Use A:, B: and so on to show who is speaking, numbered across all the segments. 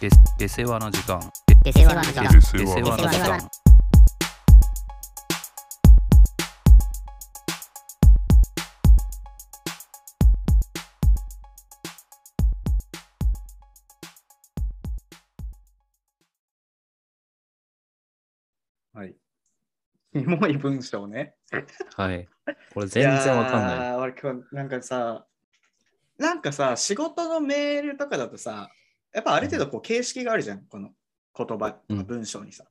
A: で出世話の時間
B: 出世話の時間
C: で
A: 出
C: 世
A: 世話の
C: 話
A: 時間
D: はい。 キモい文章ね。
A: はいこれ全然わかんない
D: やー俺今日なんかさ、なんかさ、仕事のメールとかだとさ、やっぱある程度こう形式があるじゃん、この言葉、
A: うん
D: 文章にさ。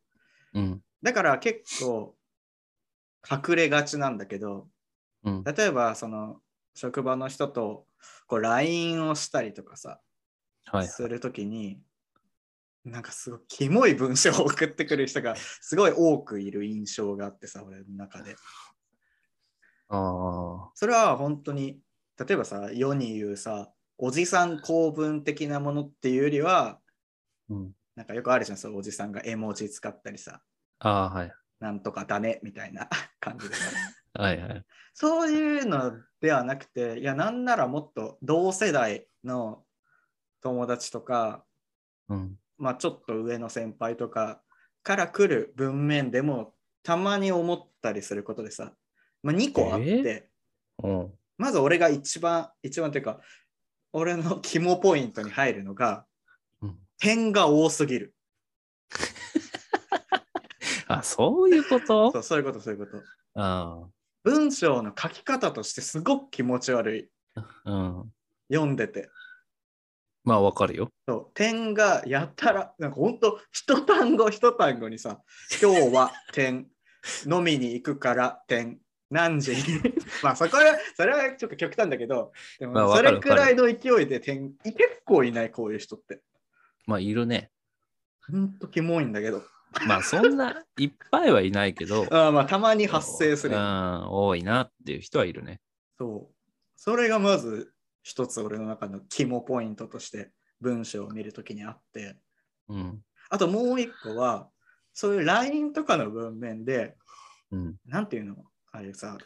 A: うん
D: だから結構隠れがちなんだけど、
A: うん
D: 例えばその職場の人とこう LINE をしたりとかさ、
A: はい
D: するときに、なんかすごいキモい文章を送ってくる人がすごい多くいる印象があってさ、俺の中で。
A: ああ
D: それは本当に、例えばさ、世に言うさ、おじさん公文的なものっていうよりは、
A: うん
D: なんかよくあるじゃん、そうおじさんが絵文字使ったりさ、
A: ああーはい
D: なんとかだねみたいな 感じ でさ。
A: はいはい
D: そういうのではなくて、いや、なんならもっと同世代の友達とか、
A: うん
D: まあ、ちょっと上の先輩とかから来る文面でもたまに思ったりすることでさ、まあ、2個あって、
A: うん
D: まず俺が一番一番というか俺の肝ポイントに入るのが
A: うん
D: 点が多すぎる
A: あそういうこと
D: そうそういうことそういうこと
A: あ
D: 文章の書き方としてすごく気持ち悪い
A: あうん
D: 読んでて
A: まあわかるよ
D: そう点がやたらなんかほんと一単語一単語にさ今日は点飲みに行くから点何時 にまあそこはそれはちょっと極端だけどで
A: まあ
D: も
A: わ
D: そ
A: かる
D: れくらいの勢いで点結構いないこういう人って
A: まあいるね
D: ほんとキモいんだけど
A: まあそんないっぱいはいないけど
D: あーまあたまに発生する
A: う。ん多いなっていう人はいるね
D: そう。それがまず一つ俺の中の肝ポイントとして文章を見るときにあって、
A: うん
D: あともう一個は、そういう LINE とかの文面で、
A: うん
D: なんていうのあれさ、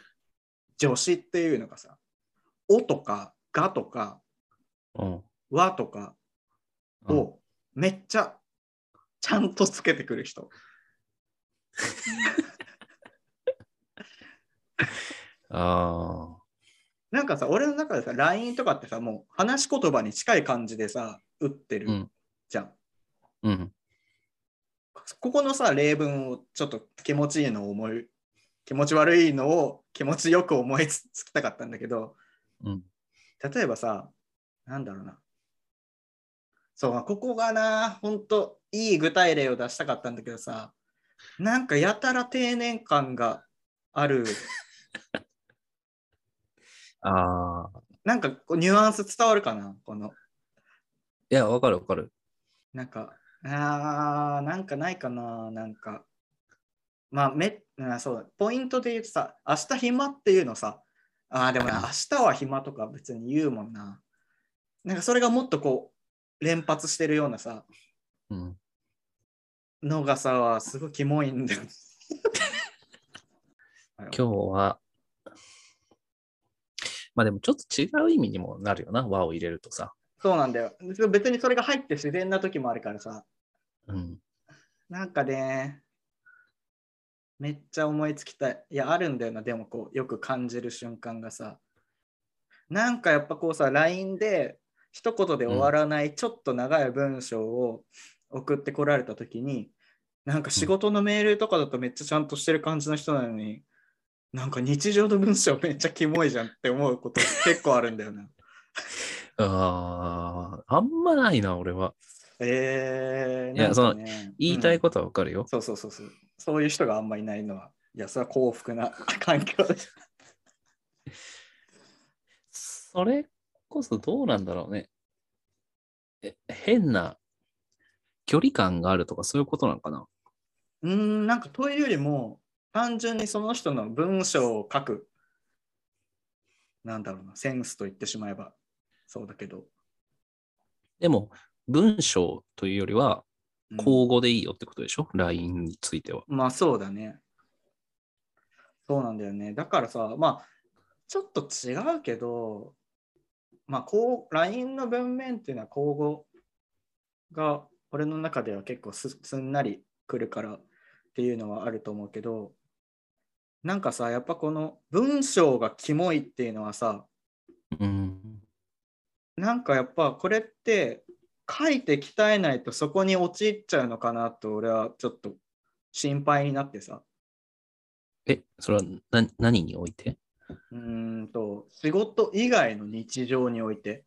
D: 助詞っていうのがさ、おとかがとか
A: うん
D: わとかをめっちゃちゃんとつけてくる人。
A: あ
D: なんかさ、俺の中でさ、LINE とかってさ、もう話し言葉に近い感じでさ、打って
A: う
D: る
A: ん
D: じゃん
A: あうん
D: ここのさ例文をちょっと気持ちいいのを思い気持ち悪いのを気持ちよく思いつつきたかったんだけど
A: うん
D: 例えばさなんだろうなそうここがなほんといい具体例を出したかったんだけどさなんかやたら定年感がある
A: ああ
D: なんかこうニュアンス伝わるかなこの
A: いやわかるわかる
D: なんか、あーなんかないかな、なんか。まあ、め、あそうだ、ポイントで言うとさ、明日暇っていうのさ、あーでもな、明日は暇とか別に言うもんな。なんかそれがもっとこう、連発してるようなさ、
A: うん
D: のがさ、すごいキモいんだよ。
A: 今日はまあでもちょっと違う意味にもなるよな和を入れるとさ
D: そうなんだよ。別にそれが入って自然な時もあるからさ、
A: うん
D: なんかね、めっちゃ思いつきたい。いや、あるんだよな、でもこう、よく感じる瞬間がさ。なんかやっぱこうさ、LINE で一言で終わらない、ちょっと長い文章を送ってこられたときに、なんか仕事のメールとかだとめっちゃちゃんとしてる感じの人なのに、なんか日常の文章めっちゃキモいじゃんって思うこと結構あるんだ よな。
A: あああんまないな俺は
D: えー、
A: いや
D: なんかね
A: 言いた
D: う
A: い
D: ん
A: ことはわかるよ、
D: そうそうそうそう。そういう人があんまりいないのは、いや、それは幸福な環境です。
A: それこそどうなんだろうねえ変な距離感があるとかそういうことなのかな
D: うーん、なんかというよりも、単純にその人の文章を書く、なんだろうな、センスと言ってしまえば、そうだけど。
A: でも文章というよりは
D: うん
A: 口語でいいよってことでしょ、?LINE については。
D: まあそうだね。そうなんだよね。だからさ、まあ、ちょっと違うけど、まあ、こう、LINE の文面っていうのは、口語が俺の中では結構すすんなり来るからっていうのはあると思うけどなんかさやっぱこの文章がキモいっていうのはさ
A: うん。
D: なんかやっぱこれって書いて鍛えないとそこに陥っちゃうのかなと俺はちょっと心配になってさ
A: え、それはな何において
D: うーんと仕事以外の日常において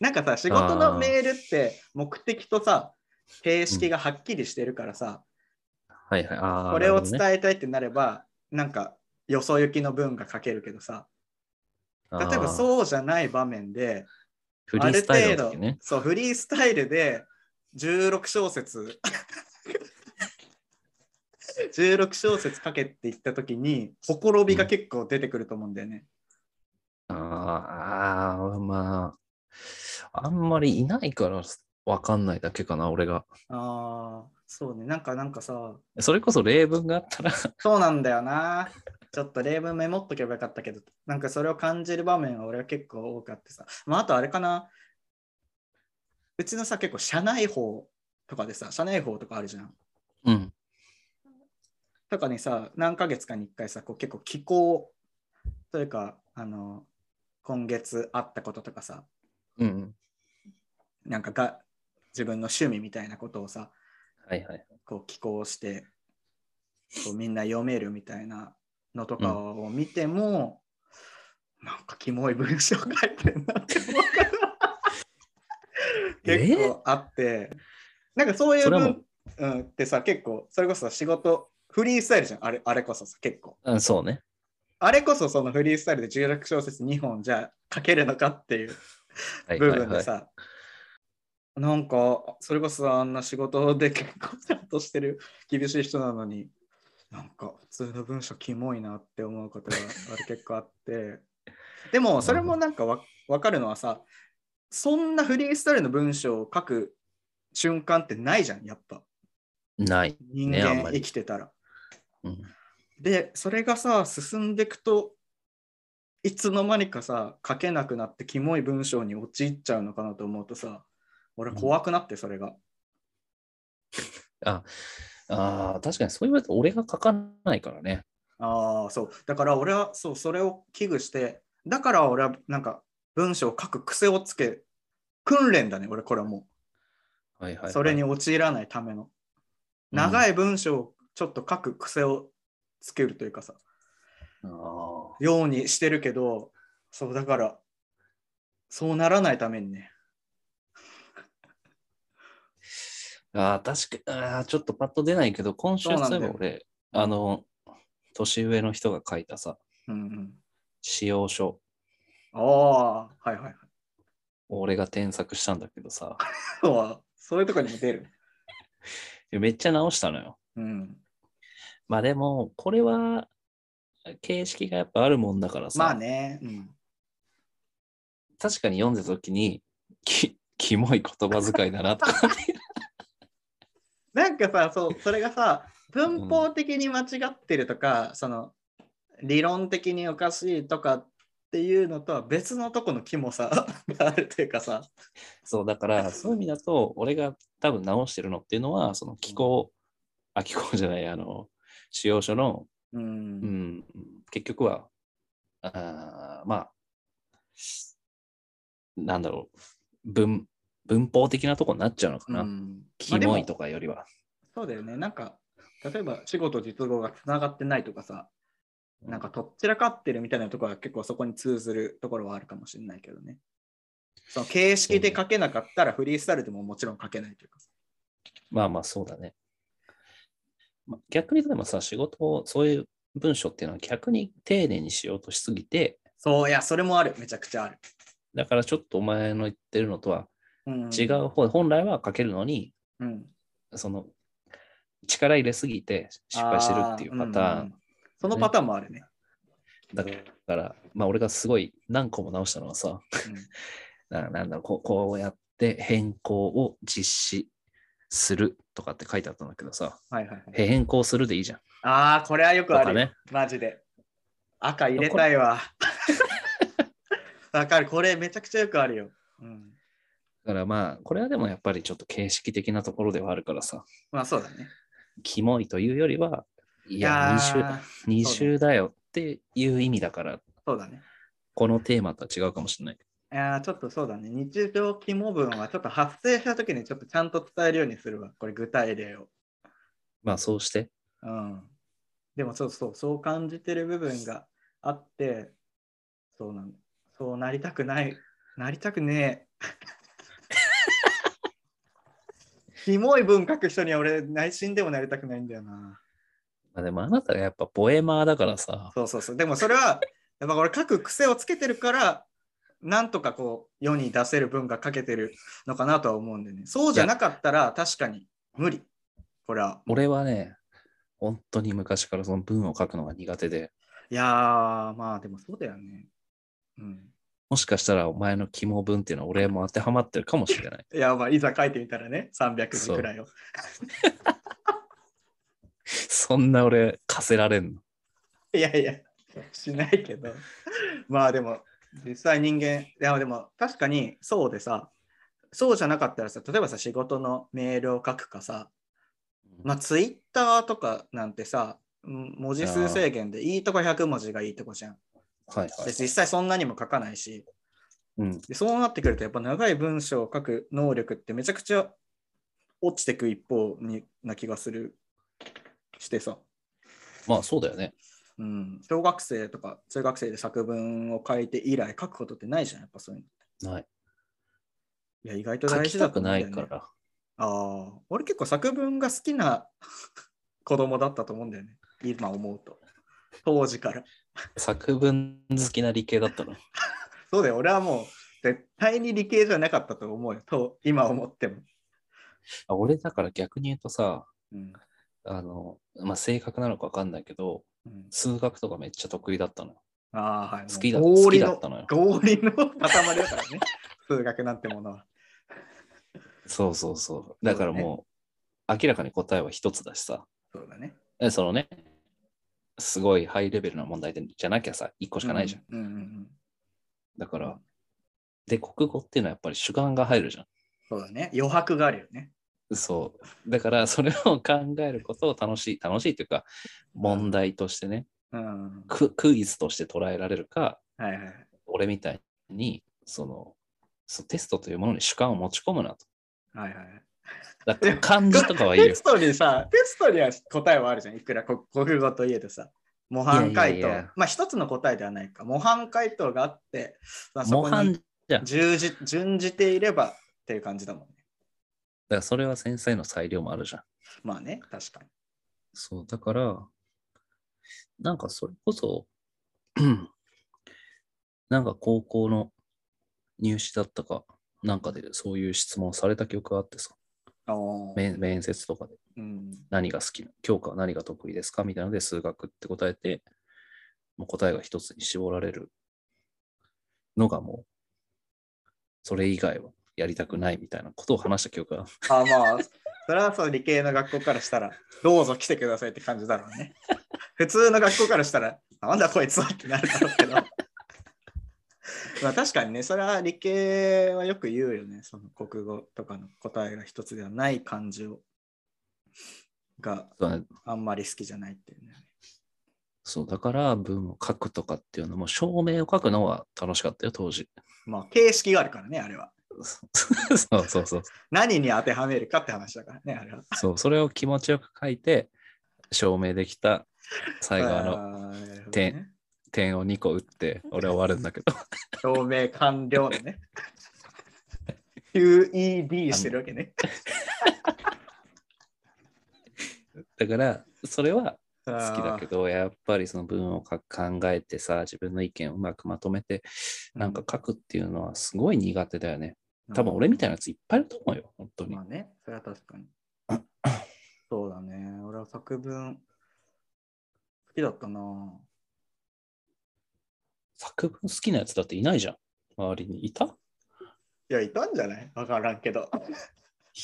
D: なんかさ仕事のメールって目的とさ形式がはっきりしてるからさ、
A: はいはい。ああ。
D: これ
A: な
D: を
A: るほ
D: 伝
A: どね
D: えたいってなればなんかよそ行きの文が書けるけどさ例えば
A: あー
D: そうじゃない場面で
A: フリ
D: あ
A: ー
D: る
A: スタイルの
D: 程
A: 時
D: 度、
A: ね。
D: そうフリースタイルで16小節 16小節かけっていった時にほころびが結構出てくると思うんだよね。
A: あーあー、まあ。あんまりいないからわかんないだけかな、俺が。
D: ああそうねなんかなんかさ
A: それこそ例文があったら
D: そうなんだよな。ちょっと例文メモっとけばよかったけど、なんかそれを感じる場面は俺は結構多かったさ。まあ、あとあれかな。うちのさ、結構社内法とかでさ、社内法とかあるじゃん。
A: うん。
D: とかにさ、何ヶ月かに1回さ、こう結構気候というか、あの、今月あったこととかさ、
A: うん。
D: なんかが自分の趣味みたいなことをさ、
A: はいはい。
D: こう寄稿してこうみんな読めるみたいなのとかを見ても、なんかキモい文章書いてるなって思う 結構あってなんかそういう
A: それはも
D: 文、うん、ってさ結構それこそ仕事フリースタイルじゃんあれあれこそさ結構
A: うん、そうね。
D: あれこそそのフリースタイルで16小節2本じゃ書けるのかっていう
A: はい
D: 部
A: はい
D: 分
A: は
D: で
A: い
D: さ、。なんかそれこそあんな仕事で結構ちゃんとしてる厳しい人なのになんか普通の文章キモいなって思うこ とがある結構あってでもそれもなんかわ分かるのはさそんなフリースタイルの文章を書く瞬間ってないじゃんやっぱ
A: ない。
D: 人
A: ねあん
D: 間
A: ま
D: 生
A: り
D: きてたら。
A: うん、
D: でそれがさ進んでいくといつの間にかさ書けなくなってキモい文章に陥っちゃうのかなと思うとさ俺怖くなってそれが、
A: ああー、確かにそう言われたら俺が書かないからね。
D: ああそうだから俺はそうそれを危惧してだから俺はなんか文章を書く癖をつけ訓練だね俺これはも
A: はいはい、
D: う
A: はい。
D: それに陥らないための長い文章をちょっと書く癖をつけるというかさ
A: あー。
D: ようにしてるけどそうだからそうならないためにね
A: ああ、確かああ、ちょっとパッと出ないけど、今週
D: そうな
A: そ
D: んだ
A: ういえ
D: よ
A: ば俺、あの、年上の人が書いたさ、
D: うんうん
A: 使用書、
D: ああ、はいはいはい。
A: 俺が添削したんだけどさ、
D: そうはそういうとこにも出る。
A: めっちゃ直したのよ。
D: うん。
A: まあでも、これは、形式がやっぱあるもんだからさ、
D: まあね、うん。
A: 確かに読んでた時に、き、キモい言葉遣いだな とか、
D: なんかさ、そう、それがさ、文法的に間違ってるとか、その、理論的におかしいとかっていうのとは別のとこのキモさ があるというかさ、
A: そう、だから、そういう意味だと、俺が多分直してるのっていうのは、その気候、あ、気候じゃない、あの、使用書の
D: う。
A: うんん、結局は、あーまあ、なんだろう、文、文法的なとこになっちゃうのか
D: う
A: な。
D: ん
A: キモい。
D: まあで
A: と
D: も
A: かよりは。
D: そうだよね、なんか、例えば、仕事、実語がつながってないとかさ、なんか、とっちらかってるみたいなところは結構そこに通ずるところはあるかもしれないけどね。その形式で書けなかったらフリースタイルでももちろん書けないというかさ。
A: まあまあ、そうだね。まあ逆に、でもさ、仕事を、そういう文章っていうのは逆に丁寧にしようとしすぎて、
D: そういや、それもある。めちゃくちゃある。
A: だからちょっとお前の言ってるのとは
D: うん
A: 違う方、本来は書けるのに、
D: うん、
A: その、力入れすぎて失敗してるっていうパター
D: あ
A: ン
D: うんうんそのパターンもあるね。
A: だから、まあ俺がすごい何個も直したのはさ、 ななんだろうこう、こうやって変更を実施するとかって書いてあったんだけどさ、
D: うんはいはいはい、
A: 変更するでいいじゃん。
D: ああ、これはよ
A: と
D: くあ
A: か
D: る、
A: ね。
D: マジで。赤入れたいわ。わかる。これめちゃくちゃよくあるよ。うん、
A: だからまあ、これはでもやっぱりちょっと形式的なところではあるからさ、
D: まあそうだね。
A: キモいというよりは、い
D: い
A: や、
D: ー
A: 二
D: そう
A: 週
D: だ
A: だよっていう意味だから、
D: そうだね。
A: このテーマとは違うかもしれない。
D: いやーちょっとそうだね。日常規模分はちょっと発生したときにちょっとちゃんと伝えるようにするわ。これ具体例を。
A: まあそうして、
D: うん。でもそうそう、そう感じてる部分があって、そうなんだ。そうなりたくない。なりたくねえ。キモい文書く人には俺内心でもなりたくないんだよな。
A: まあ、でもあなたがやっぱボエマーだからさ、
D: そうそうそう。でもそれは、やっぱ俺書く癖をつけてるから、なんとかこう世に出せる文が書けてるのかなとは思うんでね。そうじゃなかったら確かに無理。これは。
A: 俺はね、本当に昔からその文を書くのが苦手で、
D: いやー、まあでもそうだよね。うん。
A: もしかしたらお前の肝文っていうのは俺も当てはまってるかもしれない。
D: いや、まあいざ書いてみたらね、300字くらいを。
A: そんな俺、課せられんの。
D: いやいや、しないけど。まあでも、実際人間、いやでも確かにそうでさ、そうじゃなかったらさ、例えばさ、仕事のメールを書くかさ、まあ、ツイッターとかなんてさ、うん文字数制限でいいとこ100文字がいいとこじゃん。
A: はいは
D: で
A: い。
D: 実際そんなにも書かないし、
A: うん、
D: でそうなってくるとやっぱ長い文章を書く能力ってめちゃくちゃ落ちてく一方にな気がするしてさ、
A: まあそうだよね。
D: うん、小学生とか中学生で作文を書いて以来書くことってないじゃん、やっぱそういうの。
A: ない。
D: いや、意外と
A: 書
D: 大
A: き
D: 事
A: た
D: だと
A: く
D: 思
A: な
D: うんだよ
A: い
D: ね。
A: から。
D: ああ、俺結構作文が好きな 子供だったと思うんだよね。今思うと。当時から。
A: 作文好きな理系だったの。
D: そうだよ、俺はもう絶対に理系じゃなかったと思うよ、と今思っても。
A: あ俺だから逆に言うとさ、
D: うん
A: あの、まあ正確なのか分かんないけど、
D: うん、
A: 数学とかめっちゃ得意だったのよ。
D: ああ、はい。
A: 好きだ
D: もう氷
A: 好きだったのよ
D: 氷の塊だからね、 数学なんてものは。
A: そうそうそう。だからもう、明らかに答えは一つだしさ。
D: そうだね。
A: えそのね、すごいハイレベルな問題でじゃなきゃさ、一個しかないじゃん。
D: うん。うんうんうん、
A: だから、で、国語っていうのはやっぱり主眼が入るじゃ
D: そうだね。余白があるよね。
A: ん。そう。だから、それを考えることを楽しい、楽しいというか、問題としてね、
D: うん。は
A: ククイズとして捉えられるか、
D: いはいはい。
A: 俺みたいに、その、そうテストというものに主観を持ち込むなと。
D: はいはい
A: だから漢字とかはいい
D: テ
A: よ
D: ス。トにさ、テストには答えはあるじゃん。いくらこ国語といえどさ。模範解答。
A: いやいやいや
D: まあ一つの答えではないか。模範解答があって、 まあ、そ
A: 模
D: こ
A: 範、
D: に
A: だか
D: 従事準じていればっていう感じだもんね。
A: らそれは先生の裁量もあるじゃん。
D: まあね、確かに。
A: そう、だから、なんかそれこそ、 うんなんか高校の入試だったか、なんかでそういう質問された記憶があってさ、
D: おー
A: 面面接とかで
D: うん、
A: 何が好きな、教科は何が得意ですかみたいなので数学って答えて、もう答えが一つに絞られるのがもう、それ以外はやりたくないみたいなことを話した記憶が
D: あまあ、 それはそう理系の学校からしたら、どうぞ来てくださいって感じだろうね。 普通の学校からしたら、なんだこいつはってなるだろうけど。 まあ確かにね、それは理系はよく言うよね。その国語とかの答えが一つではない感じをが
A: そうだね
D: あんまり好きじゃないっていうね。
A: そう、だから文を書くとかっていうのも、証明を書くのは楽しかったよ、当時。
D: まあ形式があるからね、あれは。
A: そうそうそう。
D: 何に当てはめるかって話だからね、あれは。
A: そう、それを気持ちよく書いて、証明できた最後あの
D: あーなるほど
A: 点
D: ね
A: 点を2個打って、俺は終わるんだけど、
D: 証明完了の ね。QED してるわけね。
A: だから、それは
D: 好
A: 好きだけ
D: ど。
A: ど、やっぱりその文を書く考えてさ、自分の意見をうまくまとめて、なんか書くっていうのはすごい苦手だよね。多分俺みたいなやついっぱいいると思うよ、本当に
D: まあ。ね、それは確かに。そうだね。俺は作文好きだったなぁ
A: 作文好きなやつだっていないじゃん。周りにいた
D: いや、いたんじゃないわからんけど。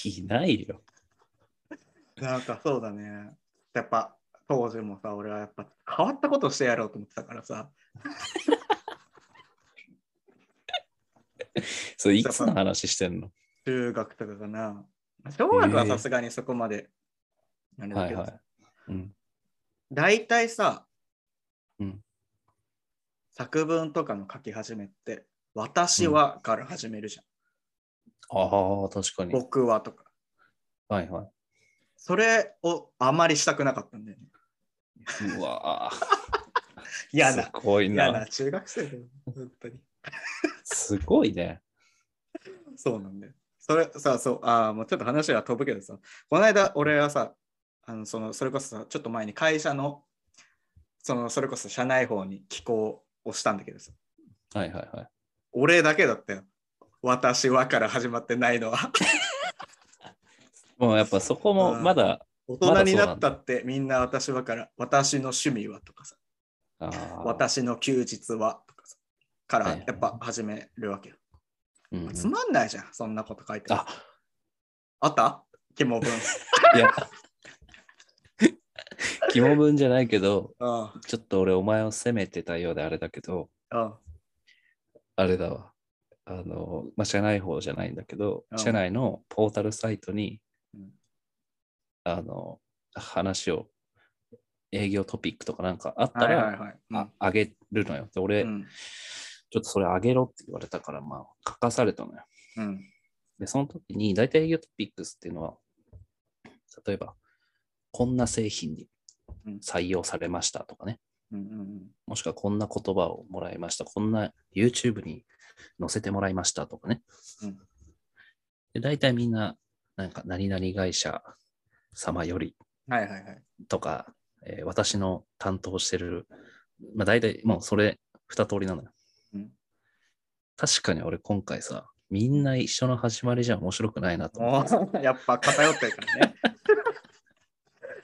A: いないよ。
D: なんかそうだね。やっぱ当時もさ、俺はやっぱ変わったことしてやろうと思ってたからさ。
A: それいつの話してんの
D: 中学とかかな。小学はさすがにそこまで。あれだ
A: は
D: け
A: い
D: ど
A: はい。うん。
D: 大体さ、
A: うん
D: 作文とかの書き始めって、私はから始めるじゃん。
A: ああ、確かに。
D: 僕はとか。
A: はいはい。
D: それをあまりしたくなかったんだよね。
A: うわー
D: 嫌だ
A: す。ごい
D: 嫌
A: な
D: な。中学生だよ。本当に。
A: すごいね。
D: そうなんだよ。それさ、そう、ああ、もうちょっと話が飛ぶけどさ、この間俺はさ、あのそのそれこそさ、ちょっと前に会社の、そのそれこそ社内法に寄稿をしたんだけどさ、
A: はいはいはい。
D: 俺だけだったよ。私はから始まってないのは。
A: もうやっぱそこも
D: うん
A: まだ、
D: 大人になったってみんな私はから、私の趣味はとかさ、
A: あー、
D: 私の休日はとかさ、か
A: はい
D: ら
A: はい
D: やっぱ始めるわけよ。
A: うんうん
D: つまんないじゃん、そんなこと書いて。
A: あ、
D: あったキモ 文。
A: いや。肝文じゃないけど、
D: うん
A: ちょっと俺お前を責めてたようであれだけど、
D: うん
A: あれだわ。あの、まあ、社内法じゃないんだけど、
D: うん
A: 社内のポータルサイトに
D: うん、
A: あの、話を、営業トピックとかなんかあった
D: はいはい
A: ら、
D: はい。
A: ああげるのよ。で、俺、
D: うん
A: ちょっとそれあげろって言われたから、まあ、書かされたのよ。
D: うん
A: で、その時に、大体営業トピックスっていうのは、例えば、こんな製品に
D: うん
A: 採用されましたとかね、
D: うんうん
A: もしくはこんな言葉をもらいました、こんな YouTube に載せてもらいましたとかね。
D: うん
A: で大体みんな、なんか、何々会社様より
D: うんはいは いはい。
A: とか、えー私の担当してる、まあ大体もうそれ二通りなのよ。
D: うん
A: 確かに俺今回さ、みんな一緒の始まりじゃ面白くないなと思
D: も
A: って。
D: うやっぱ偏ってるからね。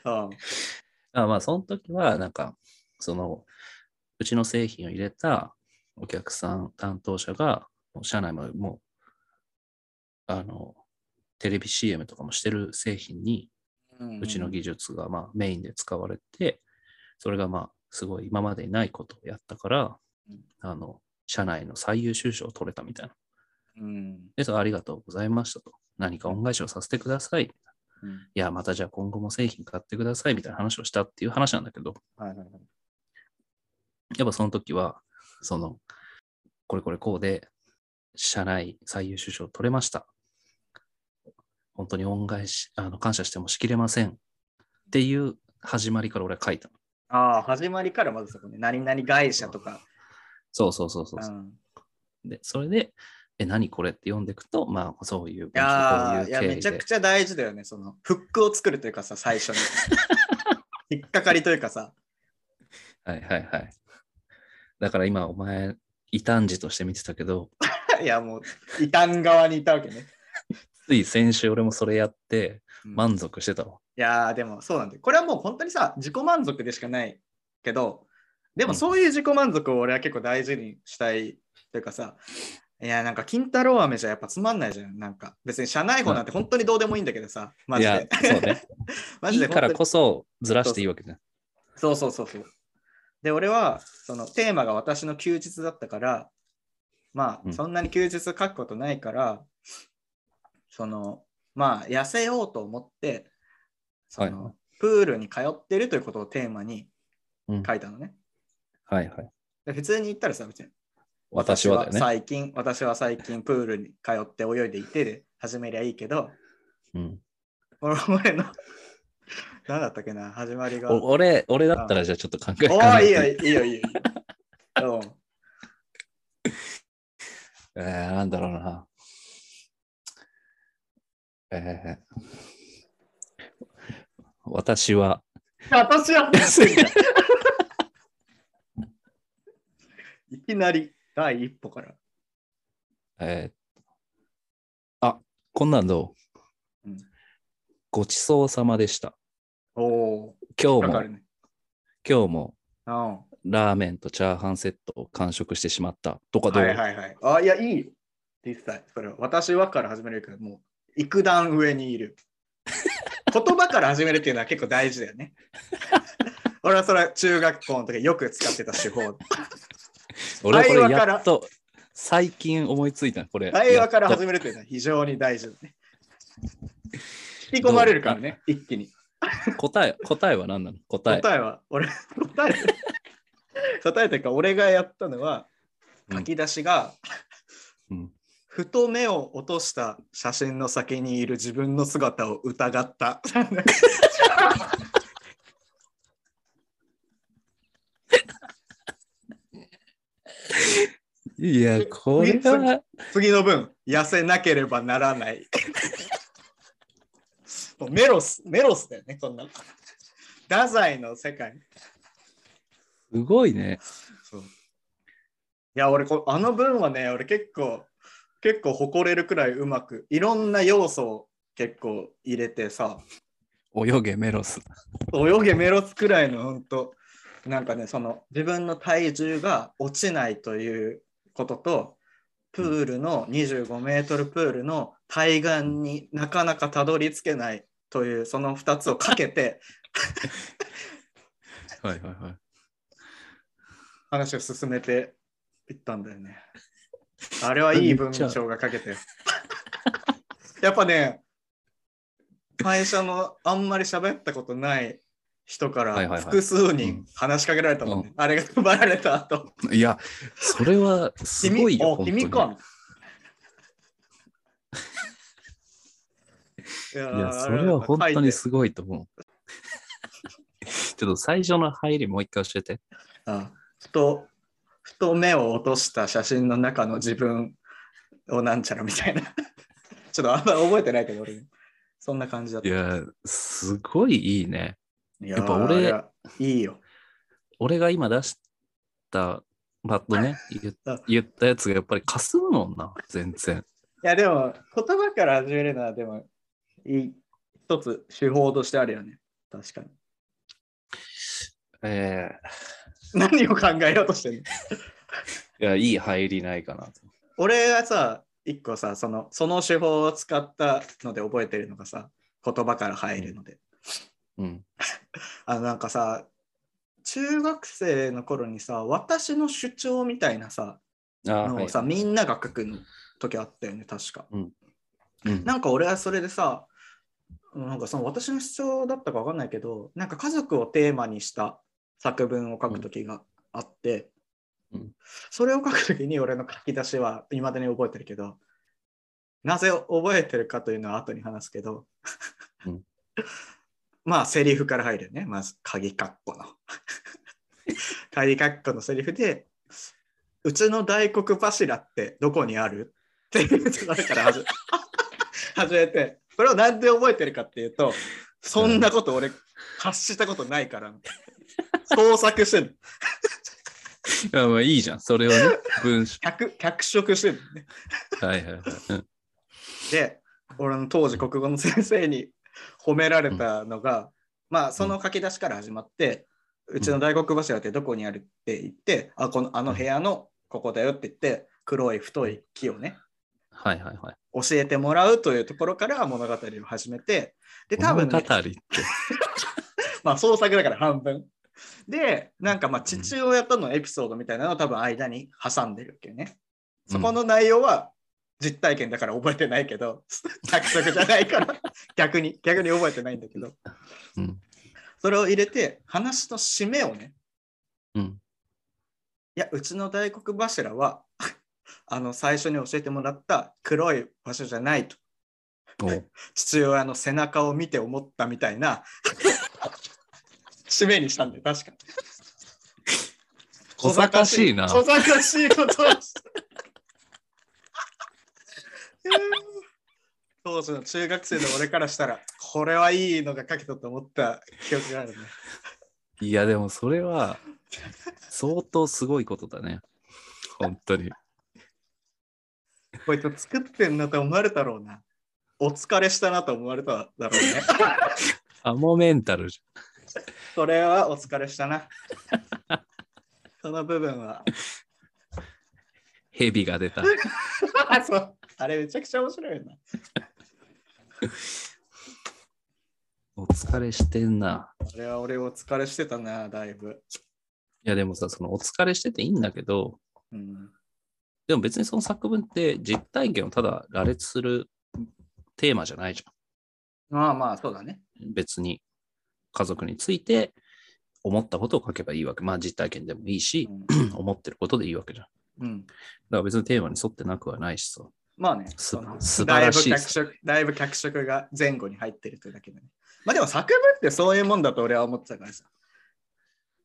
D: うん
A: あまあ、その時は、なんか、その、うちの製品を入れたお客さん、担当者が、もう社内までもう、あの、テレビ CM とかもしてる製品に、
D: うん
A: うちの技術がまあメインで使われて、それがまあ、すごい今までにないことをやったから
D: うん、
A: あの、社内の最優秀賞を取れたみたいな。
D: うん
A: で、そうありがとうございましたと。何か恩返しをさせてください。い
D: うん
A: や、またじゃあ今後も製品買ってくださいみたいな話をしたっていう話なんだけど、
D: はいはいはい
A: やっぱその時は、その、これこれこうで、社内最優秀賞取れました。本当に恩返し、あの感謝してもしきれません。っていう始まりから俺は書いたの。
D: ああ、始まりからまずそこね。何々会社とか。
A: そうそうそうそうう。
D: ん、
A: で、それで、え、何これって読んでいくと、まあ、そういう
D: いやーいや、
A: こういう
D: めちゃくちゃ大事だよね。その、フックを作るというかさ、最初に。引っかかりというかさ。
A: はいはいはい。だから今、お前、異端児として見てたけど、
D: いや、もう、異端側にいたわけね。
A: つい先週俺もそれやって、
D: うん
A: 満足してたわ。
D: いやーでもそうなんだよ。これはもう本当にさ、自己満足でしかないけど、でもそういう自己満足を俺は結構大事にしたいというかさ、いやーなんか金太郎飴じゃやっぱつまんないじゃん。なんか別に社内法なんて本当にどうでもいいんだけどさ、マ
A: い
D: ジ
A: や
D: で。、
A: そうね。
D: マ
A: い
D: ジ
A: い
D: で
A: から
D: 本当
A: こ
D: に
A: そ、ずらしていいわけじゃん。
D: そうそうそうそう。で、俺はそのテーマが私の休日だったから、ま
A: う
D: あ
A: ん
D: そんなに休日書くことないから、そのまあ痩せようと思って、その
A: はいは
D: プールに通ってるということをテーマに
A: うん
D: 書いたのね。
A: はいはい。
D: で普通に言ったらさ、別に
A: 私はだよね。
D: 最近、私は最近プールに通って泳いでいてで始めりゃいいけど、
A: うん、
D: 俺俺の何だったっけな、始まりが。
A: お俺、俺だったらじゃあちょっと考え考
D: お
A: え
D: ーい
A: て
D: いよ、いいよ、いいよ。うん
A: えー、なんだろうな。えー、私は、
D: 私は先生みたい いきなり第一歩から。
A: えーあ、こんなんどう、
D: うん
A: ごちそうさまでした。
D: お
A: 今
D: お、
A: 日
D: か
A: も、
D: かるね。
A: 今日も
D: うん
A: ラーメンとチャーハンセットを完食してしまったとかどう、
D: はいはいはい。あ、いや、いいよ。実際、それは私はから始めるけど、もう、幾段上にい る。言葉から始めるっていうのは結構大事だよね。 俺は それは中学校の時よく使ってた手法。
A: 俺これやっと、最近思いついたこれ。
D: 会話から
A: やっ
D: 始めるというのは非常に大事だね。引き込まれるからね、一気に。
A: た答え、答えは何なの答え。
D: 答えは、俺、答え、答えというか、俺がやったのは、
A: うん
D: 書き出しが、
A: うん
D: ふと目を落とした写真の先にいる自分の姿を疑った。
A: いや、これは、
D: 次の分、痩せなければならない。 もうメロス、メロスだよね、こんなの。太宰の世界。
A: すごいね。
D: そういや、俺こ、あの文はね、俺結構、結構誇れるくらいうまく、いろんな要素を結構入れてさ、
A: 泳げメロス。
D: 泳げメロスくらいの本当なんかねその自分の体重が落ちないということとプールの25メートルプールの対岸になかなかたどり着けないというその2つをかけて
A: はいはいはい。
D: 話を進めていったんだよね。あれはいい文章が書けてる。やっぱね会社のあんまり喋ったことない人か
A: はいはいは
D: ら
A: い
D: 複数
A: う
D: 人
A: ん
D: 話しかけられたもんね。
A: う
D: あれが配られた後。
A: いや、それはすごいよ。
D: 君お君
A: 本当に
D: か。いや
A: いや、それは本当にすごいと思う。 ちょっと最初の入りもう一回教えて。
D: あふと、ふと目を落とした写真の中の自分をなんちゃらみたいな。 ちょっとあんまり覚えてないけど、俺も。そんな感じだっ
A: い
D: た。
A: や、すごいいいね。
D: いや
A: やっぱ俺
D: あれはいいよ。
A: 俺が今出した、パッとね、言 っ
D: あ
A: 言ったやつがやっぱりかすむもんな、全然。
D: いや、でも、言葉から始めるのは、でも、いい一つ手法としてあるよね。確かに。
A: え
D: 何を考えようとしてるの
A: えいや、いい入りないかなと。
D: 俺がさ一個さそのその手法を使ったので覚えてるのがさ言葉から入るので、
A: うん。
D: あのなんかさ中学生の頃にさ私の主張みたいなさ
A: ああ、
D: の
A: は
D: を
A: い
D: さ、。みんなが書くの時あったよね確か
A: うん
D: なんか俺はそれでさなんかその私の主張だったか分かんないけどなんか家族をテーマにした作文を書く時があって、
A: うん
D: それを書く時に俺の書き出しは未だに覚えてるけどなぜ覚えてるかというのは後に話すけど、
A: うん
D: まあセリフから入るよねまず鍵括弧の鍵括弧のセリフで「うちの大黒柱ってどこにある?」っていうところから始め始めてこれをなんで覚えてるかっていうとそんなこと俺発したことないから創作してんの
A: いやまあいいじゃん。それをね、文章。
D: 脚脚色してんのね
A: はいはいはい。うん
D: で俺の当時国語の先生に褒められたのが、まあその書き出しから始まって、うちの大黒柱ってどこにあるって言って、あこのあの部屋のここだよって言って黒い太い木をね
A: はいはいはい。
D: 教えてもらうというところから物語を始めてで多分、
A: 物
D: ね
A: 語、って。
D: まあ創作だから半分。で、なんかまあ父親とのエピソードみたいなのを多分間に挟んでるわけよね。そこの内容は実体験だから覚えてないけど、 約束じゃないから、 逆に、逆に覚えてないんだけど、
A: うん。
D: それを入れて話の締めをね、
A: うん。
D: いや、うちの大黒柱は、 あの最初に教えてもらった黒い場所じゃないと
A: おう
D: 父親の背中を見て思ったみたいな 締めにしたんで確か
A: 小賢しいな。
D: 小賢しいことをした当時の中学生の俺からしたら、これはいいのが書けたと思った記憶があるね。
A: い や、でもそれは相当すごいことだね。本当に。
D: こいつ作ってんなと思われたろうな。お疲れしたなと思われただろうね。
A: アモメンタルじ
D: それはお疲れしたな。その部分は。
A: ゃん。ヘビが出た。
D: あ そうあれめちゃくちゃ面白いよな。
A: お疲れしてんな。
D: あれは俺お疲れしてたな、だいぶ。
A: いや、でもさ、そのお疲れしてていいんだけど、
D: うん。
A: でも別にその作文って実体験をただ羅列するテーマじゃないじゃ
D: まあまあ、そうだね。
A: ん。別に家族について思ったことを書けばいいわけ。まあ実体験でもいいし、思ってることでいいわけじゃん。だ
D: うん。うん
A: から別にテーマに沿ってなくはないしさ。
D: まあね、
A: す
D: その
A: 素晴らしい
D: だいぶ脚色。だいぶ脚色が前後に入ってるというだけでね。まあでも作文ってそういうもんだと俺は思ってたからさ。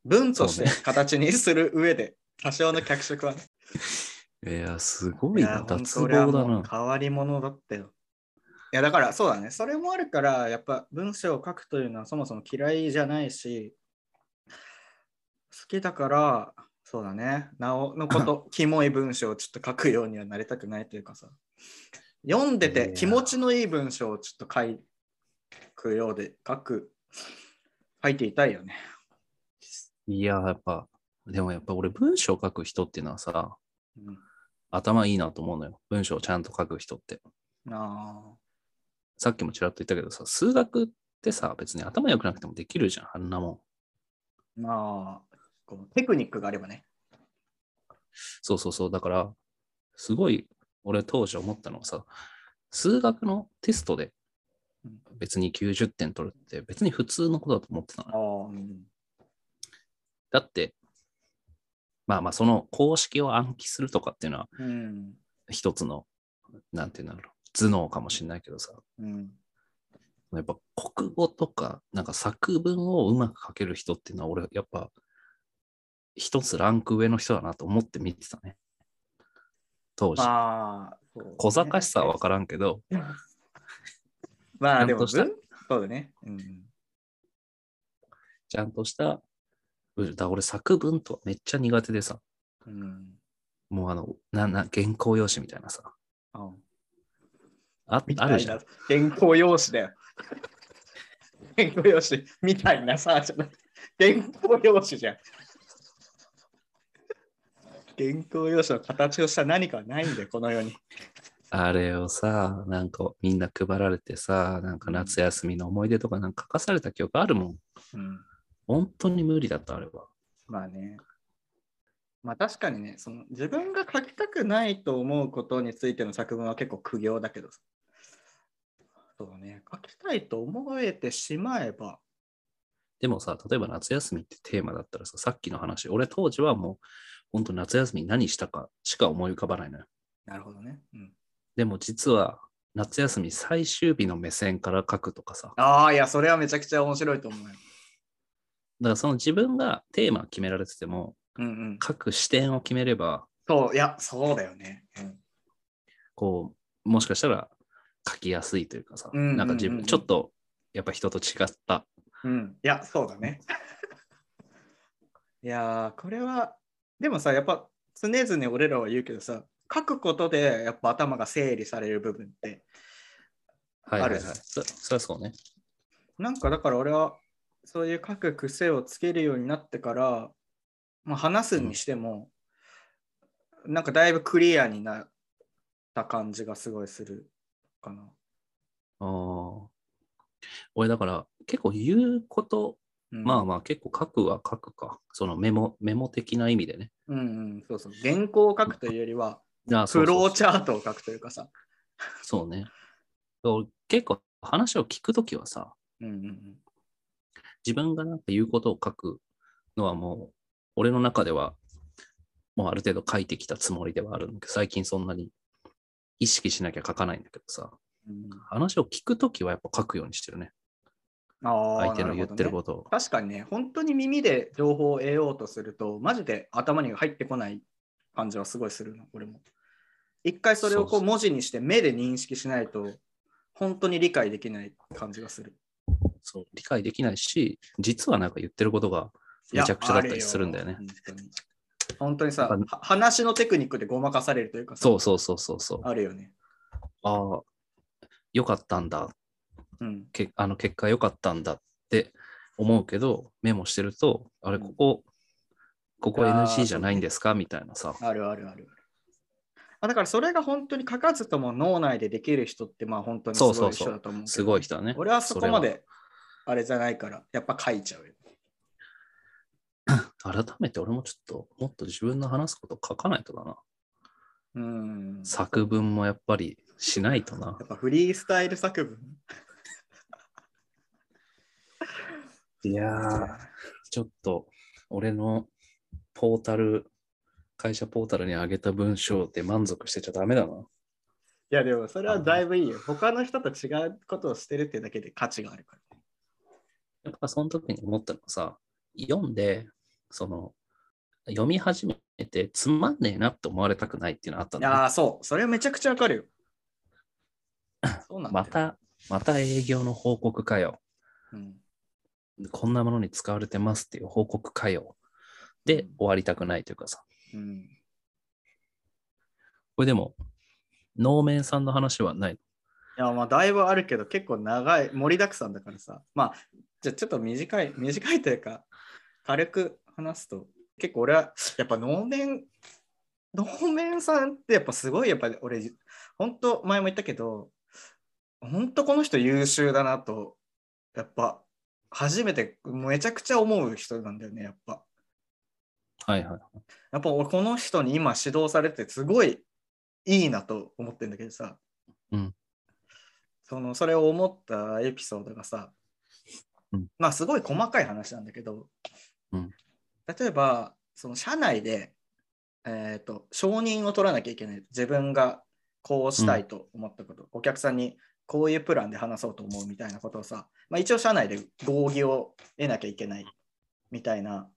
D: 文として形にする上で多少の脚色はね。
A: いや、すご
D: い
A: い
D: や
A: な、
D: 本
A: 脱
D: 当
A: 帽
D: 俺は
A: だ
D: もう
A: な。
D: 変わり者だったよ。いやだからそうだね。それもあるから、やっぱ文章を書くというのはそもそも嫌いじゃないし、好きだから、そうだね。なおのこと、 キモい文章をちょっと書くようにはなりたくないというかさ。読んで
A: いや
D: て
A: ー
D: 気持ちのいい文章をちょっと書くようで書く、書いていたいよね。
A: いや、やっぱ、でもやっぱ俺文章書く人っていうのはさ、
D: うん、
A: 頭いいなと思うのよ。文章をちゃんと書く人って。
D: ああ、
A: さっきもちらっと言ったけどさ、数学ってさ、別に頭良くなくてもできるじゃん、あんなもん。
D: まあ、こうテクニックがあればね。
A: そうそうそう。だから、すごい、俺当時思ったのはさ、数学のテストで
D: うん
A: 別に90点取るって別に普通のことだと思ってたの
D: ああ、うん、
A: だって、まあまあ、その公式を暗記するとかっていうのは
D: うん、
A: 一つの、なんていうんだろう、頭脳かもしれないけどさ、
D: うん。
A: やっぱ国語とか、なんか作文をうまく書ける人っていうのは、俺、やっぱ、一つランク上の人だなと思って見てたね。当時。
D: まあ、そうね
A: 小賢しさは分からんけど、
D: まあで
A: ちゃん
D: も
A: とした
D: 文そうだね。うん。
A: ちゃんとした、うんだから俺作文とかめっちゃ苦手でさ、
D: うん。
A: もうあの、な、な、原稿用紙みたいなさ、
D: あ
A: あ
D: みた
A: あ
D: い
A: るじゃ。。
D: なん原稿用紙だよ。原稿用紙みたいなさ、じゃない原稿用紙じゃん。原稿用紙の形をした何かはないんだよ、この世に。
A: あれをさ、なんかみんな配られてさ、なんか夏休みの思い出とかなんか書かされた記憶あるもん。
D: うん。
A: 本当に無理だった、あれは。
D: まあね。まあ確かにね、その自分が書きたくないと思うことについての作文は結構苦行だけどさそうね、書きたいと思えてしまえば、
A: でもさ、例えば夏休みってテーマだったらさ、さっきの話、俺当時はもう、本当夏休み何したかしか思い浮かばないのよ。
D: なるほどね。うん、
A: でも実は、夏休み最終日の目線から書くとかさ、だか
D: ああ、いや、それはめちゃくちゃ面白いと思うよ。
A: らその自分がテーマ決められてても、
D: うんうん。
A: 各視点を決めれば、
D: そう、いや、そうだよね。うん
A: こう、もしかしたら書きやすいというかさ、
D: うんうんうんうん
A: なんか自分、ちょっとやっぱ人と違った。
D: うん、いや、そうだね。 いやー、これは、でもさ、やっぱ常々俺らは言うけどさ、書くことでやっぱ頭が整理される部分って
A: はいはいは
D: あ
A: い
D: るじゃん。
A: そそりゃそうね。
D: なんかだから俺はそういう書く癖をつけるようになってから、まあ、話すにしても、なんかだいぶクリアになった感じがすごいするかな。
A: あー俺だから結構言うこと
D: うん、
A: まあまあ結構書くは書くか。そのメモ、メモ的な意味でね。
D: うんうん、そうそう。原稿を書くというよりは、
A: あそ
D: フ
A: うそう
D: ロ
A: そう
D: ーチャートを書くというかさ。
A: そうね。そう結構話を聞くときはさ、
D: うんうんうん
A: 自分がなんか言うことを書くのはもう、俺の中では、もうある程度書いてきたつもりではあるんだけど、最近そんなに意識しなきゃ書かないんだけどさ、
D: うん
A: 話を聞くときはやっぱ書くようにしてるね。
D: あー
A: 相手の言ってる
D: なほど
A: こ
D: ね
A: とを。
D: 確かにね、本当に耳で情報を得ようとすると、マジで頭に入ってこない感じはすごいするの、俺も。一回それをこ
A: そううそう
D: 文字にして目で認識しないと、本当に理解できない感じがする。
A: そう理解できないし、実はなんか言ってることがめちゃくちゃだったりするんだよね
D: いや。あれよ本当に本当にさ
A: やっ、
D: は話のテクニックでごまかされるというかさ
A: そうそうそうそうそう。
D: あるよね。
A: ああ、よかったんだ
D: うん。
A: けあの結果良かったんだって思うけど、メモしてると、あれ、
D: うん
A: ここ、ここ
D: あー
A: NG じゃないんですかみたいなさ。
D: あるあるある。あだからそれが本当に書かずとも脳内でできる人って、まあ本当にすごい人だと思うけど
A: すごい人だね。
D: 俺はそこま
A: れは。
D: であれじゃないから、やっぱ書いちゃうよ。
A: 改めて俺もちょっと、もっと自分の話すこと書かないとだな。
D: うん。や
A: 作文もやっぱりしないとな。
D: っぱフリースタイル作文
A: いやー、ちょっと俺のポータル、会社ポータルに上げた文章で満足してちゃダメだな。
D: いやでもそれはだいぶいいよ。他の人と違うことをしてるってだけで価値があるから。
A: やっぱその時に思ったのはさ、読んで、その、読み始めてつまんねえなって思われたくないっていうのあったん
D: い
A: だよね、
D: やーそう、それめちゃくちゃわかるよ。 そうなんだ
A: ま、
D: よ
A: た、また営業の報告かよ。
D: うん、
A: こんなものに使われてますっていう報告かよ。で、終わりたくないというかさ。
D: うん。
A: これでも、能面さんの話はない。
D: いやまあだいぶあるけど結構長い盛りだくさんだからさまあじゃあちょっと短い短いというか軽く話すと結構俺はやっぱ能面能面さんってやっぱすごいやっぱり俺本当前も言ったけど本当この人優秀だなとやっぱ初めてめちゃくちゃ思う人なんだよねやっぱ
A: はいはい。
D: やっぱ俺この人に今指導されてすごいいいなと思ってんだけどさ、
A: うん
D: そのそれを思ったエピソードがさ、
A: うん
D: まあすごい細かい話なんだけど、
A: うん
D: 例えばその社内で、えー、と承認を取らなきゃいけない自分がこうしたいと思ったこと、お客さんにこういうプランで話そうと思うみたいなことをさ、まあ、一応社内で合議を得なきゃいけないみたいな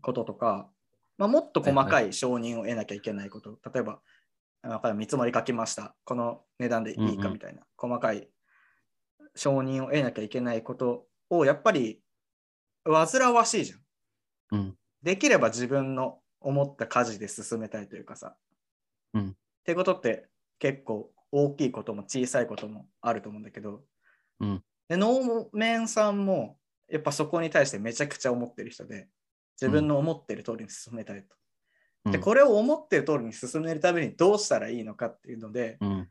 D: こととか、まあ、もっと細
A: は
D: かい承認を得なきゃいけないこと、例えば、あわかる見積もり書きました、この値段でいい
A: うんう
D: か
A: ん
D: みたいな、細かい承認を得なきゃいけないことを、やっぱり煩わしいじゃん。
A: うん。
D: できれば自分の思った家事で進めたいというかさ。
A: うん
D: ってことって結構大きいことも小さいこともあると思うんだけど、
A: うん
D: で能面さんもやっぱそこに対してめちゃくちゃ思ってる人で自分の思ってる通りに進めたいと。
A: うん
D: でこれを思ってる通りに進めるためにどうしたらいいのかっていうので
A: うん。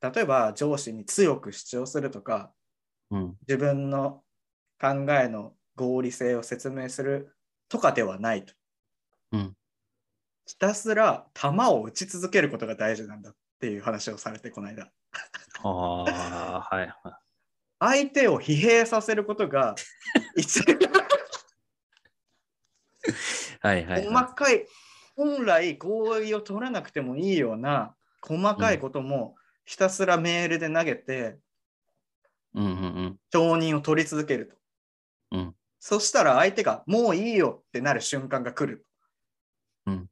D: 例えば上司に強く主張するとか
A: うん。
D: 自分の考えの合理性を説明するとかではないと。
A: うん
D: ひたすら球を打ち続けることが大事なんだっていう話をされてこの間。
A: ああ、はいはい。
D: 相手を疲弊させるこ とが一番
A: はいはい、
D: 細かい本来合意を取らなくてもいいような細かいこともひたすらメールで投げて
A: うんうん
D: 承認を取り続けると。
A: うん
D: そしたら相手がもういいよってなる瞬間が来る。
A: うん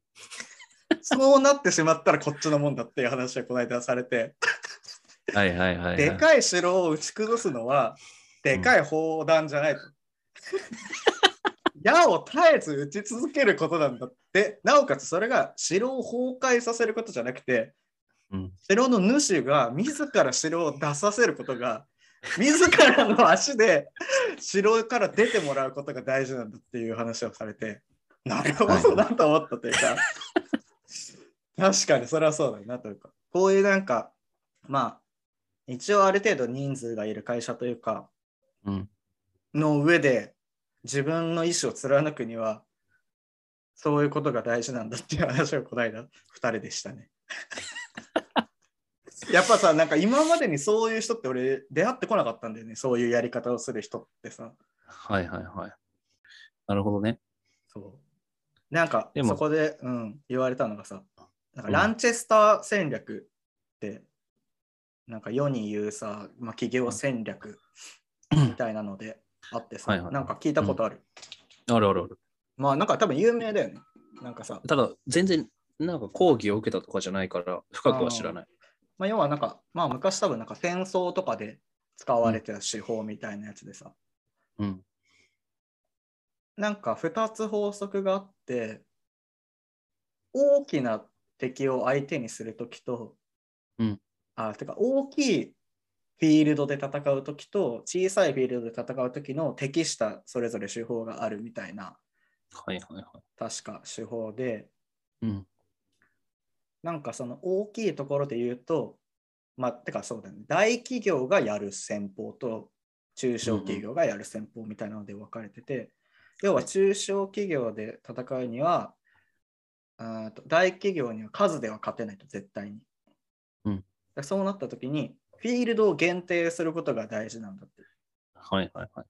D: そうなってしまったらこっちのもんだっていう話をこの間されて、
A: うん。はいはいはい、はい。
D: でかい城を打ち崩すのはでかい砲弾じゃないと。矢を絶えず打ち続けることなんだって、なおかつそれが城を崩壊させることじゃなくて、
A: うん
D: 城の主が自ら城を出させることが 自らの足で城から出てもらうことが大事なんだっていう話をされてなるほどなと思ったというか、 確かにそれはそうだなというかこういうなんかまあ一応ある程度人数がいる会社というか
A: うん
D: の上で自分の意思を貫くにはそういうことが大事なんだっていう話をこないだ2人でしたね。 やっぱさ、なんか今までにそういう人って俺出会ってこなかったんだよね、そういうやり方をする人ってさ。
A: はいはいはい。なるほどね。
D: そうなんか
A: でも
D: そこで、うん、言われたのがさ、なん
A: う
D: か
A: ん
D: ランチェスター戦略って、なんか世に言うさ、まあ、企業戦略みたいなのであってさ、
A: はいはい
D: なんか聞いたことある。
A: あるあるある。
D: まあなんか多分有名だよね。なんかさ、
A: ただ、全然、なんか講義を受けたとかじゃないから、深くは知らない。
D: まあ、要はなんか、まあ昔多分なんか戦争とかで使われてた手法みたいなやつでさ、
A: うん。
D: なんか2つ法則があって大きな敵を相手にするときと、
A: うん
D: あてか大きいフィールドで戦うときと小さいフィールドで戦うときの適したそれぞれ手法があるみたいな
A: はいはいはい。
D: 確か手法で
A: うん。
D: なんかその大きいところで言うとまあてかそうだよね大企業がやる戦法と中小企業がやる戦法みたいなので分かれてて、要は中小企業で戦うにはあーと大企業には数では勝てないと絶対に。
A: うん
D: だからそうなった時にフィールドを限定することが大事なんだって。
A: はいはいはい。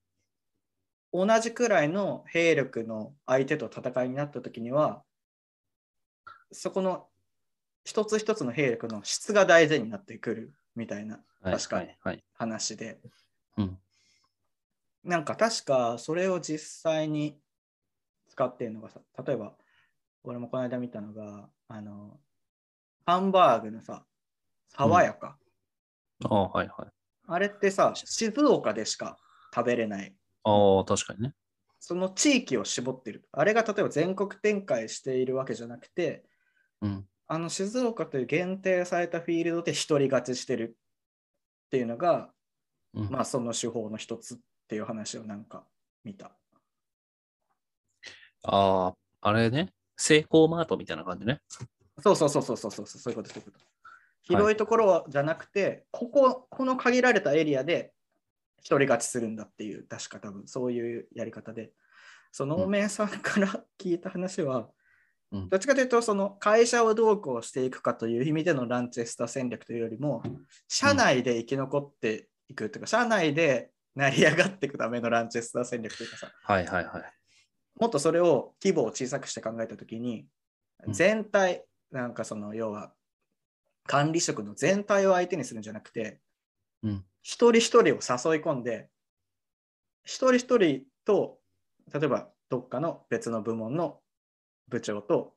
D: 同じくらいの兵力の相手と戦いになった時にはそこの一つ一つの兵力の質が大事になってくるみたいな
A: はい
D: 確かに。
A: はい。
D: 話で
A: うん。
D: なんか確かそれを実際に使ってるのがさ例えば俺もこの間見たのがあのハンバーグのさ爽やか、
A: ああ、はいはい。
D: あれってさ静岡でしか食べれない
A: ああ、確かにね。
D: その地域を絞ってるあれが例えば全国展開しているわけじゃなくて
A: うん。
D: あの静岡という限定されたフィールドで独り勝ちしてるっていうのが、
A: うん
D: まあその手法の一つっていう話をなんか見た
A: ああ、あれね。セイコーマートみたいな感じね。
D: そうそうそうそうそうそうそういうことそういうこと。
A: はい
D: 広いところじゃなくて、こここの限られたエリアで独り勝ちするんだっていう確か多分そういうやり方でそのおめさんから聞いた話は、
A: うん
D: どっちかというとその会社をどうこうしていくかという意味でのランチェスター戦略というよりも社内で生き残っていくというか、社内で成り上がっていくためのランチェスター戦略というかさ
A: はいはいはい。
D: もっとそれを規模を小さくして考えたときに、
A: うん
D: 全体、なんかその要は管理職の全体を相手にするんじゃなくて、
A: うん
D: 一人一人を誘い込んで、一人一人と、例えばどっかの別の部門の部長と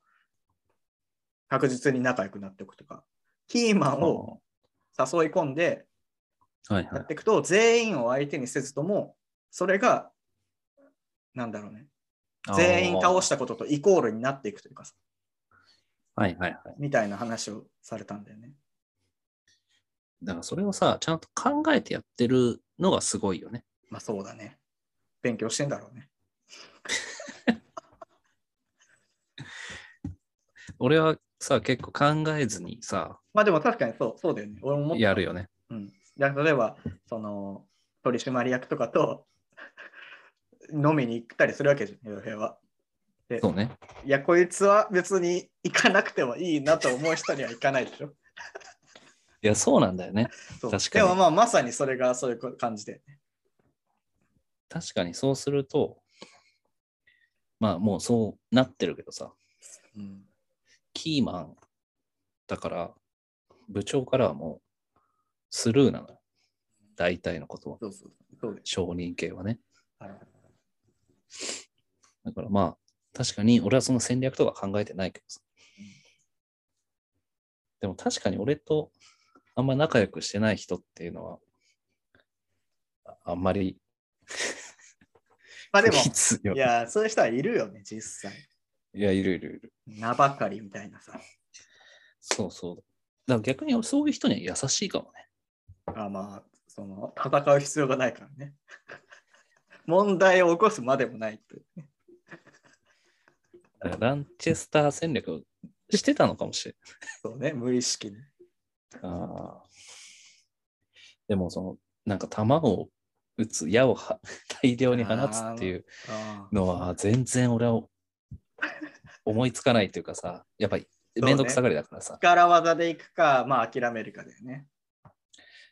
D: 確実に仲良くなっておくとか、キーマンを誘い込んで、
A: はい
D: や
A: はい
D: っ。ていくと、全員を相手にせずとも、それが、なんだろうね、全員倒したこととイコールになっていくというかさ、
A: た。はいはいはい。
D: みたいな話をされたんだよね。
A: だからそれをさ、ちゃんと考えてやってるのがすごいよね。
D: まあそうだね。勉強してんだろうね。
A: 俺はさ、結構考えずにさ、
D: まあでも確かにそうそうだよね。俺も思った
A: やるよね。
D: うん、だから例えば、その取締役とかと飲みに行ったりするわけじゃん、洋平は。で
A: そうね。
D: いや、こいつは別に行かなくてもいいなと思う人には行かないでしょ。
A: いや、そうなんだよね。
D: そう
A: 確かに
D: でもまあまさにそれがそういう感じで。
A: 確かにそうすると、まあもうそうなってるけどさ、
D: うん、
A: キーマンだから、部長からはもうスルーなのよ。大体のことは、
D: そうそうそうで
A: 承認系はね。
D: はい
A: だからまあ、確かに俺はその戦略とか考えてないけどさ
D: うん。
A: でも確かに俺とあんま仲良くしてない人っていうのは、ああんまり
D: まあで も、
A: 必要
D: いや、そういう人はいるよね、実際。
A: いや、いるいるいる。
D: 名ばかりみたいなさ。
A: そうそう。だから逆に俺そういう人には優しいかもね。
D: あまあ、その、戦う必要がないからね。 問題を起こすまでもないって。
A: だからランチェスター戦略をしてたのかもしれ
D: そうね、無意識に。
A: ない。あでも、その、なんか弾を撃つ、矢をは 大量に放つっていう
D: あ
A: のは、全然俺は思いつかないというかさ、やっぱり
D: うね
A: めんどくさがりだからさ、
D: 力技でいくか、まあ諦めるかだよね。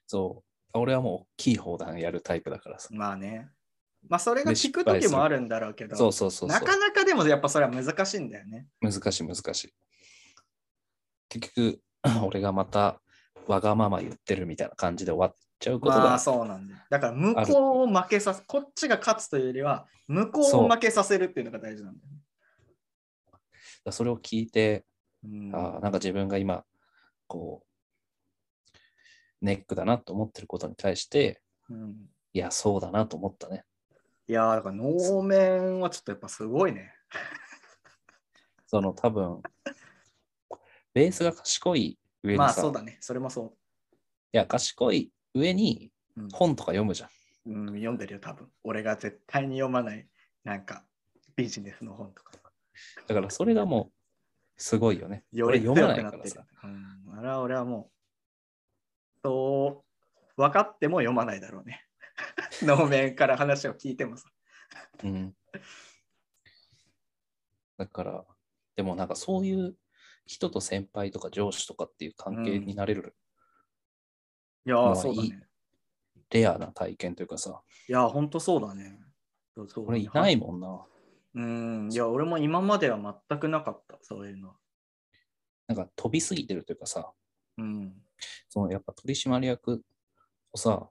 A: そう、俺はもう大きい砲弾やるタイプだからさ。
D: まあね。まあそれ
A: で
D: が効く
A: 失敗
D: 時
A: する
D: もあるんだろうけど、
A: そうそうそうそう。
D: なかなかでもやっぱそれは難しいんだよね。
A: 難しい難しい。結局、 俺がまたわがまま言ってるみたいな感じで終わっちゃうこと
D: ま
A: が
D: あそうなんだよ。だから向こうを負けさせ、こっちが勝つというよりは、向こうを負けさせるっていうのが大事なんだよね。
A: それを聞いて、
D: うん
A: あーなんか自分が今、こう、ネックだなと思ってることに対して、
D: うん
A: いや、そうだなと思ったね。
D: いやーだから能面はちょっとやっぱすごいね。
A: その多分、ベースが賢い上にさ、
D: まあそうだね、それもそ
A: いや、賢い上に
D: う。うん
A: 本とか読むじゃん。
D: うん、読んでるよ、多分。俺が絶対に読まない、なんかビジネスの本とか。
A: だからそれがもう、すごいよね。
D: よ
A: 俺
D: り強
A: 読まな
D: く
A: い
D: なっ
A: か
D: て
A: らさ。。
D: るうん、あれは俺はもう、そう、分かっても読まないだろうね。 能面から話を聞いてもさ。
A: うん。だから、でもなんかそういう人と先輩とか上司とかっていう関係になれる
D: いやー
A: まあ
D: そうだ
A: いい
D: ね。
A: レアな体験というかさ、
D: いやー、ほんとそうだね。そうそう
A: 俺いないもんな。
D: うん。いや、俺も今までは全くなかった、そういうのは。
A: なんか飛びすぎてるというかさ、
D: うん。
A: そのやっぱ取締役をさ、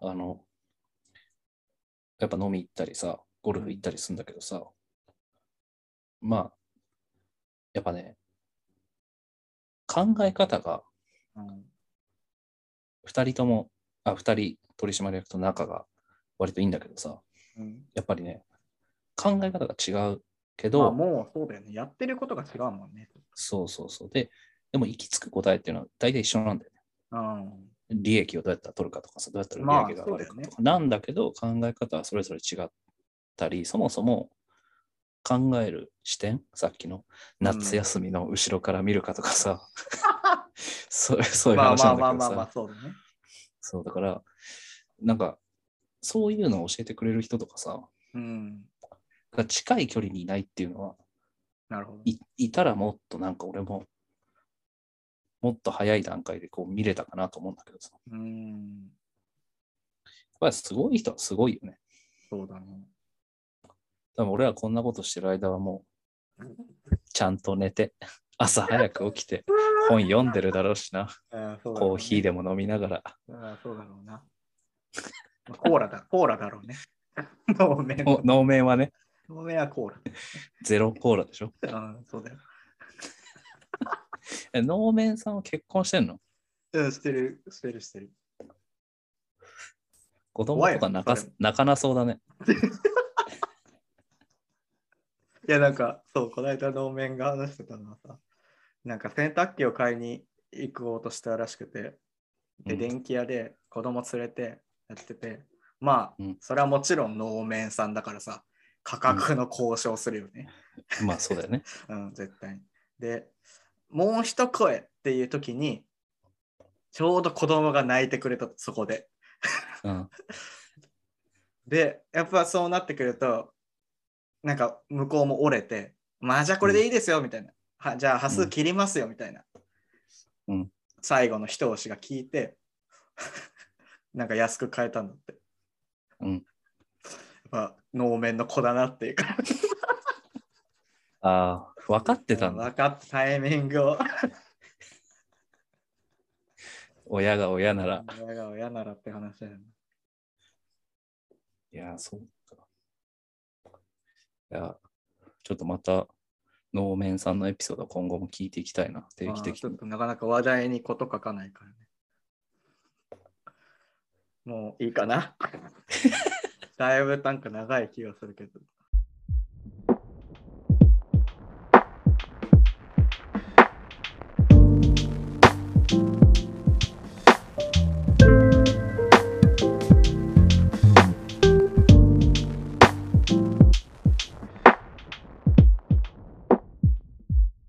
A: あの、やっぱ飲み行ったりさ、ゴルフ行ったりするんだけどさ、まあ、やっぱね、考え方が
D: うん、
A: 2人とも、あ、2人取締役と仲が割といいんだけどさ、
D: うん
A: やっぱりね、考え方が違うけ
D: ま
A: ど、
D: あ、もうそうだよね。やってることが違うもんね。
A: そうそうそう。で、でも行き着く答えっていうのは大体一緒なんだよね。
D: うん。
A: 利益をどうやったら取るかとかさ、どうやった
D: まあ
A: ら利益が上がるかとか。
D: そう
A: なんだけど、考え方はそれぞれ違ったり、そもそも考える視点、さっきの夏休みの後ろから見るかとか さ、そうそういう
D: まあ
A: 話
D: ま
A: な
D: あ
A: んだ
D: まあ
A: けど
D: まあまあ
A: さ、、
D: そうだね。
A: そうだから、なんか、そういうのを教えてくれる人とかさ、
D: うん。
A: が近い距離にいないっていうのは、
D: なるほど。
A: いいたらもっとなんか俺も、もっと早い段階でこう見れたかなと思うんだけどさ。やっ
D: うん。
A: ぱりすごい人はすごいよね。
D: そうだね。
A: 多分俺らこんなことしてる間はもう、ちゃんと寝て、 朝早く起きて、本読んでるだろうしな。
D: あそうだろうね
A: コーヒーでも飲みながら。
D: あそうだろうな。まあコーラだ、 コーラだろうね。脳面。
A: お能面はね、
D: 脳面はコー
A: ゼロコーラでしょ。
D: ラ。うん、そうだよ。
A: え能面さんは結婚してんの
D: うん、してる、してる、してる。
A: 子供とか泣か
D: 怖いよそれ
A: 泣かなそうだね。
D: いや、なんか、そう、この間、能面が話してたのはさ、なんか洗濯機を買いに行こうとしたらしくて、で、
A: うん
D: 電気屋で子供連れてやってて、まあ
A: うん、
D: それはもちろん能面さんだからさ、価格の交渉するよね。
A: まあそうだよね。
D: うん、絶対に。で、もう一声っていう時に、ちょうど子供が泣いてくれた、そこで。
A: うん。
D: で、やっぱそうなってくると、なんか向こうも折れて、まあじゃあこれでいいですよ、みたいな。はじゃあ、端数切りますよ、みたいな。
A: うん
D: 最後の一押しが聞いて、 なんか安く買えたんだって。
A: うん
D: やっぱ、能面の子だなっていうか。
A: ああ、分かってたんだ。
D: 分かったタイミングを。
A: 親が親なら。
D: 親が親ならって話だよね。
A: いやー、そうか。いやー、ちょっとまた、能面さんのエピソードは今後も聞いていきたいな、定
D: まあ
A: 期的
D: ちょっ
A: に。
D: となかなか話題にこと書かないからね。 もういいかな。だいぶなんか長い気がするけど。